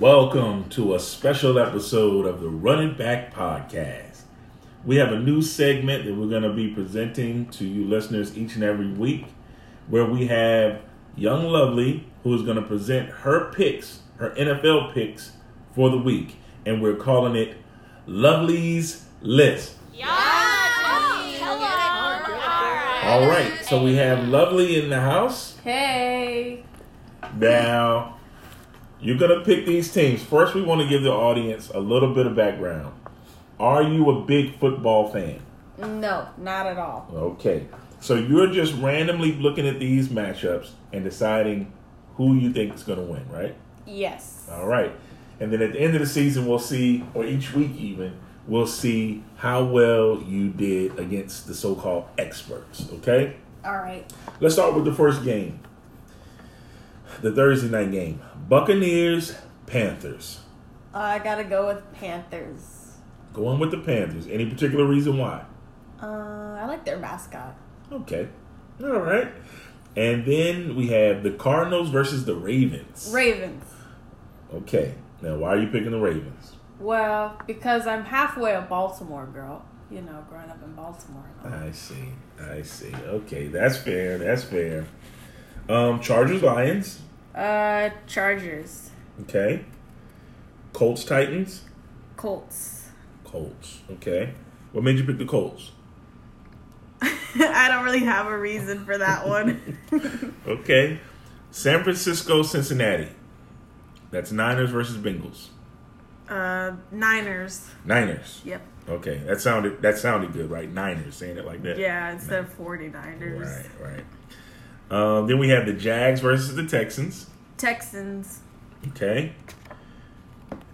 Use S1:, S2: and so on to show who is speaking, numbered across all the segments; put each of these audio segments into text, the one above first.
S1: Welcome to a special episode of the Running Back Podcast. We have a new segment that we're going to be presenting to you listeners each and every week where we have Young Lovely who is going to present her picks, her NFL picks for the week. And we're calling it Lovely's List. All right, so we have Lovely in the house.
S2: Hey.
S1: Now, you're going to pick these teams. First, we want to give the audience a little bit of background. Are you a big football fan?
S2: No, not at all.
S1: Okay. So you're just randomly looking at these matchups and deciding who you think is going to win, right?
S2: Yes.
S1: All right. And then at the end of the season, we'll see, or each week even, we'll see how well you did against the so called experts, okay?
S2: All right.
S1: Let's start with the first game. The Thursday night game. Buccaneers, Panthers.
S2: Uh, I gotta go with Panthers.
S1: Going with the Panthers. Any particular reason why?
S2: Uh, I like their mascot.
S1: Okay. All right. And then we have the Cardinals versus the Ravens.
S2: Ravens.
S1: Okay. Now, why are you picking the Ravens?
S2: Well, because I'm halfway a Baltimore girl. You know, growing up in Baltimore.
S1: I see. I see. Okay, that's fair. That's fair. Um, Chargers, Lions.
S2: Uh, Chargers.
S1: Okay. Colts, Titans.
S2: Colts.
S1: Colts. Okay. What made you pick the Colts?
S2: I don't really have a reason for that one.
S1: Okay. San Francisco, Cincinnati. That's Niners versus Bengals.
S2: uh, Niners.
S1: Niners.
S2: Yep.
S1: Okay, that sounded that sounded good, right? Niners, saying it like that.
S2: Yeah, instead of 49ers.
S1: Right, right. Um, then we have the Jags versus the Texans.
S2: Texans.
S1: Okay.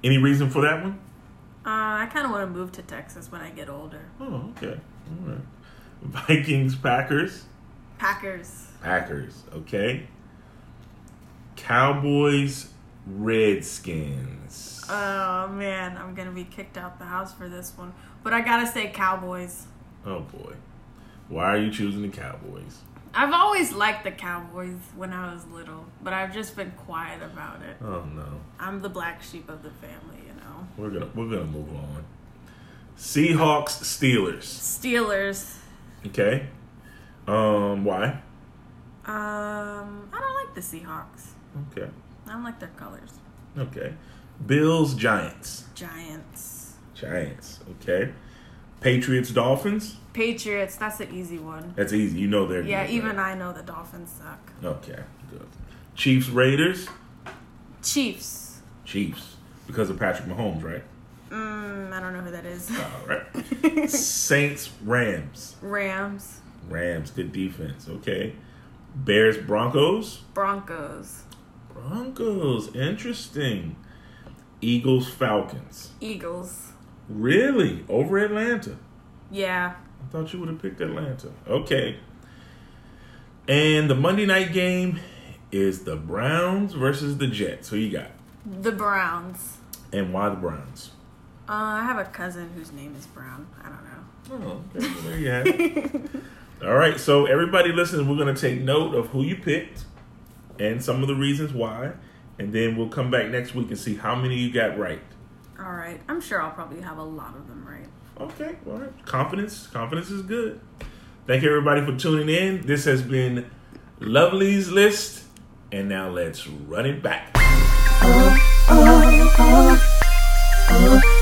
S1: Any reason for that one?
S2: Uh, I kind of want to move to Texas when I get older.
S1: Oh, okay. All right. Vikings, Packers.
S2: Packers.
S1: Packers, okay. Cowboys, Redskins.
S2: Oh man, I'm gonna be kicked out the house for this one. But I gotta say, Cowboys.
S1: oh boy. Why are you choosing the Cowboys?
S2: I've always liked the Cowboys when I was little, but I've just been quiet about it.
S1: Oh no.
S2: I'm the black sheep of the family, you know.
S1: We're gonna we're gonna move on. Seahawks, Steelers.
S2: Steelers.
S1: Okay. Um, why?
S2: Um, I don't like the Seahawks.
S1: Okay.
S2: I don't like their colors.
S1: Okay. Bills, Giants.
S2: Giants.
S1: Giants. Okay. Patriots, Dolphins.
S2: Patriots. That's an easy one.
S1: That's easy. You know they're
S2: Yeah,
S1: good,
S2: even
S1: right?
S2: I know the Dolphins suck.
S1: Okay. Good. Chiefs, Raiders.
S2: Chiefs.
S1: Chiefs because of Patrick Mahomes, right?
S2: Mm, I don't know who that is.
S1: All right. Saints, Rams.
S2: Rams.
S1: Rams, good defense. Okay. Bears, Broncos.
S2: Broncos.
S1: Broncos, interesting. Eagles, Falcons.
S2: Eagles.
S1: Really? Over Atlanta.
S2: Yeah.
S1: I thought you would have picked Atlanta. Okay. And the Monday night game is the Browns versus the Jets. Who you got?
S2: The Browns.
S1: And why the Browns?
S2: Uh, I have a cousin whose name is Brown. I don't know.
S1: Oh, okay. there you have it. All right, so everybody listen, we're going to take note of who you picked and some of the reasons why, and then we'll come back next week and see how many you got right.
S2: All right. I'm sure I'll probably have a lot of them right.
S1: Okay, all right. Confidence, confidence is good. Thank you everybody for tuning in. This has been Lovely's List, and now let's run it back.
S3: oh, oh, oh, oh.